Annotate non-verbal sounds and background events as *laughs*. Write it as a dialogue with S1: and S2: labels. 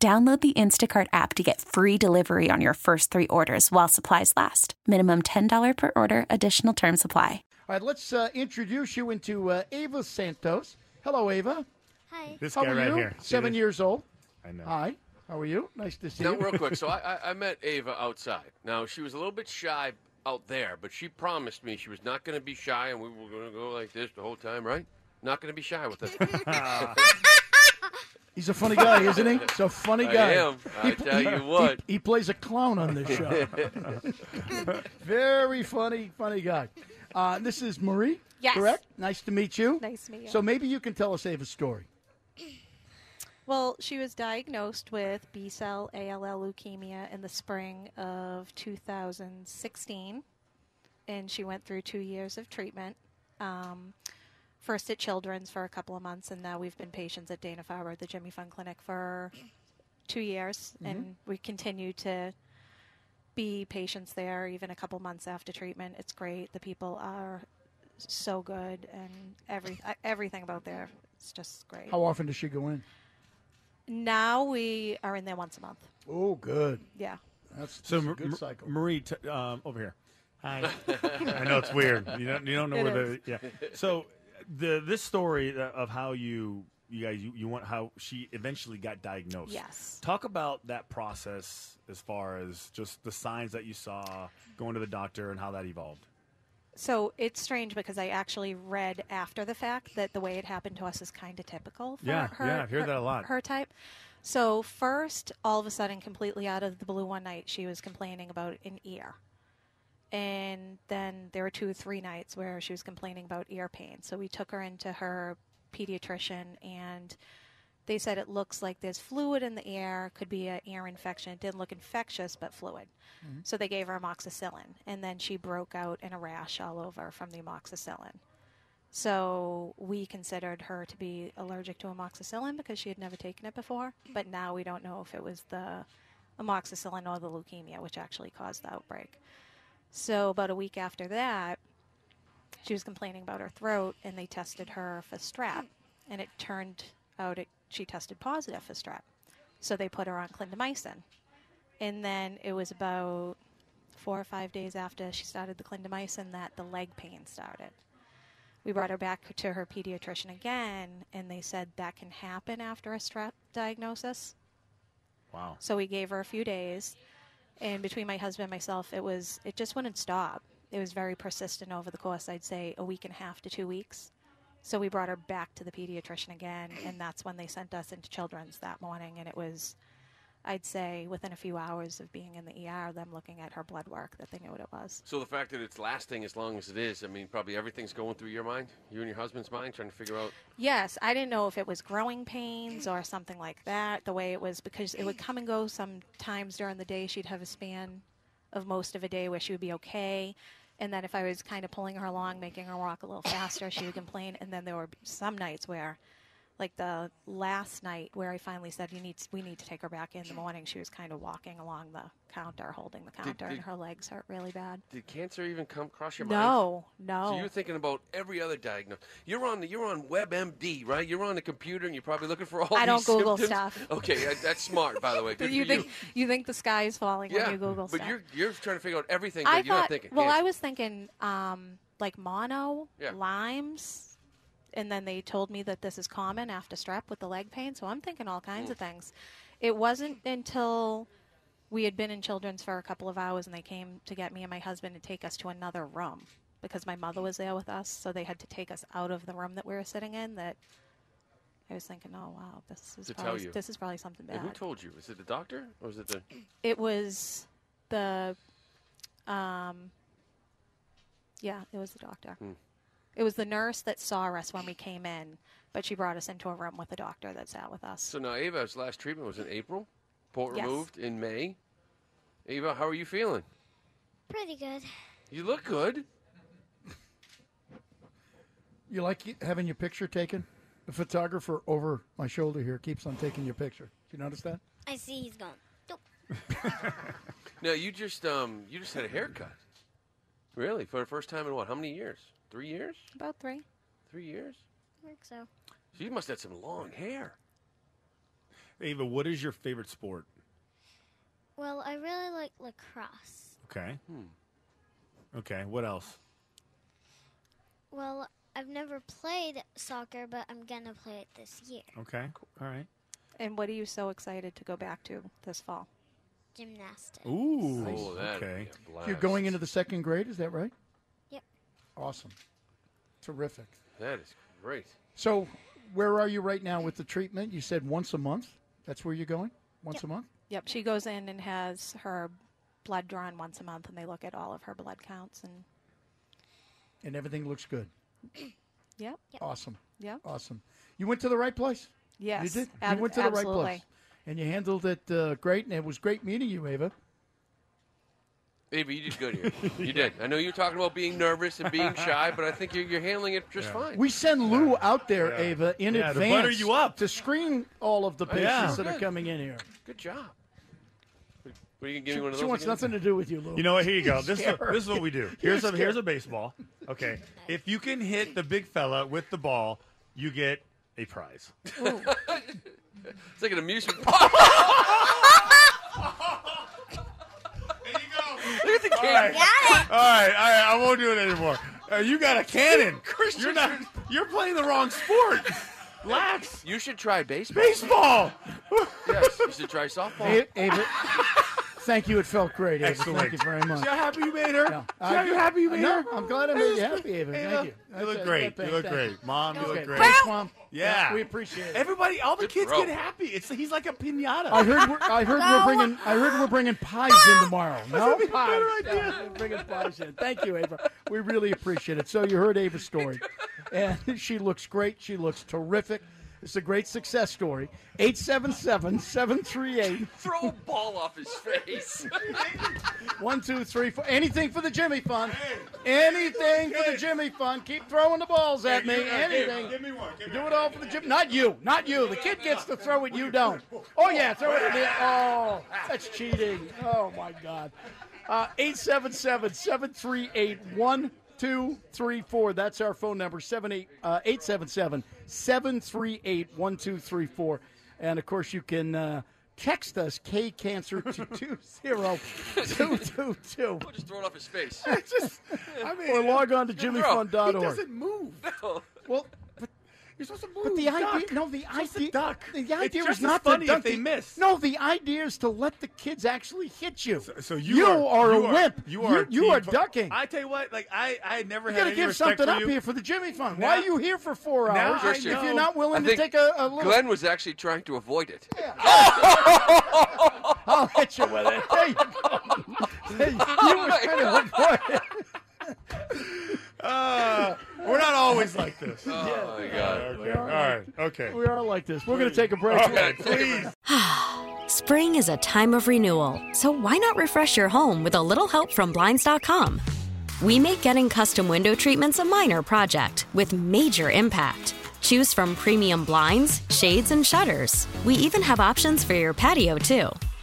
S1: Download the Instacart app to get free delivery on your first three orders while supplies last. Minimum $10 per order, additional term supply.
S2: All right, let's uh, introduce you into uh, Ava Santos. Hello, Ava.
S3: Hi.
S4: This
S2: How
S4: guy
S2: are
S4: right
S2: you?
S4: here. See
S2: Seven
S4: this?
S2: years old.
S4: I know.
S2: Hi. How are you? Nice to see
S5: Now,
S2: you.
S6: *laughs*
S5: real quick, so I, I, I met Ava outside. Now, she was a little bit shy out there, but she promised me she was not going to be shy, and we were going to go like this the whole time, right? Not going to be shy with
S6: *laughs*
S5: us.
S2: He's a funny guy, isn't he? He's a funny
S5: I
S2: guy.
S5: am. I
S2: pl-
S5: tell you what.
S2: He, he plays a clown on this
S5: *laughs*
S2: show. Very funny, funny guy. Uh, this is Marie.
S6: Yes.
S2: Correct. Nice to meet you.
S6: Nice to meet you.
S2: So maybe you can tell us Ava's story.
S6: well, she was diagnosed with B cell ALL leukemia in the spring of 2016, and she went through two years of treatment. Um, first at Children's for a couple of months, and now we've been patients at Dana Farber, the Jimmy Fund Clinic, for two years, and we continue to be patients there even a couple months after treatment. It's great. The people are so good, and every uh, everything about there is just great.
S2: How often does she go in?
S6: Now we are in there once a month.
S2: Oh, good.
S6: Yeah.
S2: That's,
S7: So,
S2: that's a
S7: Ma-
S2: good
S7: Ma-
S2: cycle.
S7: Marie, t- um, over here.
S4: *laughs*
S7: Hi. I know it's weird. You don't, you don't know
S6: It
S7: where the yeah. So, the this story uh, of how you you guys you, you want how she eventually got diagnosed.
S6: Yes.
S7: Talk about that process as far as just the signs that you saw going to the doctor and how that evolved.
S6: So it's strange because I actually read after the fact that the way it happened to us is kind of typical for
S7: Yeah,
S6: her.
S7: yeah, I've heard
S6: her-
S7: that a lot.
S6: Her type. So first, all of a sudden, completely out of the blue, one night she was complaining about an ear, and then there were two, three nights where she was complaining about ear pain. So we took her into her pediatrician, and they said it looks like there's fluid in the air, could be an ear infection. It didn't look infectious, but fluid. So they gave her amoxicillin, and then she broke out in a rash all over from the amoxicillin. So we considered her to be allergic to amoxicillin because she had never taken it before, but now we don't know if it was the amoxicillin or the leukemia which actually caused the outbreak. So about a week after that, she was complaining about her throat and they tested her for strep and it turned out it, she tested positive for strep. So they put her on clindamycin. And then it was about four or five days after she started the clindamycin that the leg pain started we brought her back to her pediatrician again and they said that can happen after a strep diagnosis
S7: Wow.
S6: so we gave her a few days and between my husband and myself it was it just wouldn't stop it was very persistent over the course i'd say a week and a half to two weeks so we brought her back to the pediatrician again and that's when they sent us into children's that morning and it was i'd say within a few hours of being in the er them looking at her blood work that they knew what it was
S5: so the fact that it's lasting as long as it is, I mean, probably everything's going through your mind, you and your husband's mind, trying to figure out.
S6: Yes, I didn't know if it was growing pains or something like that, the way it was, because it would come and go sometimes during the day. She'd have a span of most of a day where she would be okay. And then if I was kind of pulling her along, making her walk a little faster, she would complain. And then there were some nights where, like the last night where I finally said, "You need, we need to take her back in the morning." She was kind of walking along the counter, holding the counter, and
S5: did-
S6: her legs hurt really bad.
S5: Did cancer even come across your mind?
S6: No, no.
S5: So you're thinking about every other diagnosis. You're on the you're on WebMD, right? You're on the computer, and you're probably looking for all.
S6: I
S5: these
S6: don't Google
S5: symptoms.
S6: stuff.
S5: Okay, that- that's smart, by the
S6: *laughs*
S5: way. Good
S6: you
S5: for
S6: think
S5: *laughs* you.
S6: you think the sky is falling
S5: Yeah,
S6: when you Google
S5: but
S6: stuff.
S5: you're you're trying to figure out everything that
S6: I
S5: you're
S6: thought,
S5: not thinking.
S6: Well,
S5: Yeah.
S6: I was thinking um, like mono,
S5: Yeah.
S6: limes, and then they told me that this is common after strep with the leg pain. So I'm thinking all kinds of things. It wasn't until we had been in children's for a couple of hours and they came to get me and my husband to take us to another room because my mother was there with us. So they had to take us out of the room that we were sitting in that. I was thinking, oh wow, this is
S5: To tell
S6: probably,
S5: you.
S6: this is probably something bad
S5: And who told you? Is it the doctor or is it the?
S6: it was the um yeah it was the doctor
S2: Hmm.
S6: it was the nurse that saw us when we came in but she brought us into a room with a doctor that sat with us
S5: So now Ava's last treatment was in April. support
S6: Yes.
S5: removed in May. Ava, how are you feeling?
S3: Pretty good.
S5: You look good.
S2: You like y- having your picture taken? The photographer over my shoulder here keeps on taking your picture. Do you notice that?
S3: I see he's gone. Nope.
S5: No, you just um, you just had a haircut. Really, for the first time in what? How many years? Three years?
S6: About three.
S5: Three years?
S3: I think so.
S5: So you must have some long hair.
S7: Ava, what is your favorite sport?
S3: Well, I really like lacrosse.
S7: Okay.
S4: Hmm.
S7: Okay. What else?
S3: Well, I've never played soccer, but I'm gonna play it this year.
S7: Okay. All right.
S6: And what are you so excited to go back to this fall?
S3: Gymnastics.
S7: Ooh.
S5: Oh, that
S7: okay.
S2: You're going into the second grade, is that right?
S3: Yep.
S2: Awesome. Terrific.
S5: That is great.
S2: So, where are you right now with the treatment? You said once a month? That's where you're going? Once a month?
S6: Yep, she goes in and has her blood drawn once a month, and they look at all of her blood counts. And
S2: And everything looks good.
S6: yep,
S2: Awesome.
S6: yep,
S2: Awesome. You went to the right place?
S6: yes,
S2: Oh, You did.
S6: ab-
S2: you went to the
S6: absolutely.
S2: right place. And you handled it uh, great, and it was great meeting you, Ava.
S5: Ava, you did good
S6: *laughs*
S5: here. you did. I know you're talking about being nervous and being shy, but I think you're, you're handling it just fine.
S2: We send Lou out there, Ava, in
S7: Yeah, to
S2: advance
S7: butter you up. Oh,
S2: to screen all of the patients
S7: yeah.
S2: that are
S5: Good.
S2: coming in here.
S5: good job. What what are you gonna give me one of
S2: She
S5: those?
S2: wants
S5: again?
S2: nothing to do with you, Lou.
S7: You know what? Here you go. This is,
S2: Scared.
S7: this is what we do. Here's a
S2: scared.
S7: here's a baseball. Okay. If you can hit the big fella with the ball, you get a prize.
S5: It's like
S2: *laughs*
S5: an amusement park. Look at the camera.
S7: All right, all right, I won't do it anymore. Uh, you got a cannon. You're not. You're playing the wrong sport. Lax.
S5: You should try baseball.
S7: Baseball.
S5: yes, you should try softball.
S2: A- Ava, thank you. It felt great, Ava. Thank
S7: uh, Excellent.
S2: you very much.
S7: See how happy you made her?
S2: No.
S7: See how you happy you made
S2: No,
S7: her?
S2: I'm glad I made you happy, Ava. Thank you.
S7: You
S2: That's-
S7: look
S2: that's
S7: great.
S2: big.
S7: You look
S2: Thank
S7: great, Mom. You
S2: Okay,
S7: look great.
S2: thanks, Mom.
S7: Yeah.
S2: we appreciate it.
S7: Everybody, all the
S5: Good
S7: kids
S5: bro.
S7: get happy. It's he's like a pinata.
S2: I heard. We're, I heard we're bringing. I heard we're bringing pies in
S7: *laughs*
S2: tomorrow. No
S7: even a
S2: pies.
S7: better idea.
S2: Yeah, we're bringing pies in. Thank you, Ava. We really appreciate it. So you heard Ava's story, and *laughs* she looks great. She looks terrific. It's a great success story. 877 738
S5: Throw a ball off his
S2: *laughs*
S5: face.
S2: 1234. Anything for the Jimmy Fund. Anything for the Jimmy Fund. Keep throwing the balls at me. Anything.
S7: uh, me one.
S2: Do it all for the gym. Not you. Not you. The kid gets to throw it. You don't. Oh, yeah. Throw it. at me. Oh, that's cheating. Oh, my God. Uh, 877 738 1234. That's our phone number uh, 877 738 1234. And of course, you can uh, text us K Cancer *laughs* to 20222.
S5: I'll just throw it off his face.
S7: It's just. I mean,
S2: Or log on to
S7: he
S2: jimmyfund.org.
S7: doesn't move.
S2: Well,
S7: You're supposed to move.
S2: But the idea,
S7: Duck.
S2: no, the
S7: Just a
S2: idea,
S7: duck.
S2: the idea
S7: It's just
S2: is
S7: as
S2: not
S7: funny
S2: to dunk.
S7: if they
S2: the-
S7: miss.
S2: No, the idea is to let the kids actually hit you. So,
S7: So you,
S2: are,
S7: you
S2: a wimp.
S7: You are.
S2: You,
S7: team
S2: are
S7: fu-
S2: ducking.
S7: I tell you what. Like I, I had never
S2: you
S7: had
S2: gotta
S7: any
S2: give
S7: respect
S2: something
S7: for
S2: up
S7: you.
S2: here for the Jimmy Fund.
S7: Now-
S2: Why are you here for four
S7: Now
S2: hours
S7: I
S2: if
S7: know.
S2: you're not
S5: I
S2: willing to
S5: think
S2: take a, a little? *laughs*
S5: Glenn was actually trying to avoid it.
S2: I'll hit you with it. *laughs* There you go. Hey, you
S5: *laughs*
S2: were kind of *laughs* avoid it.
S7: Uh, we're not always like this.
S5: *laughs* Oh my god.
S7: okay. All right. Okay.
S2: We are like this. We're gonna take a break.
S7: All right. Please.
S4: Spring is a time of renewal, so why not refresh your home with a little help from Blinds.com? We make getting custom window treatments a minor project with major impact. Choose from premium blinds, shades, and shutters. We even have options for your patio, too.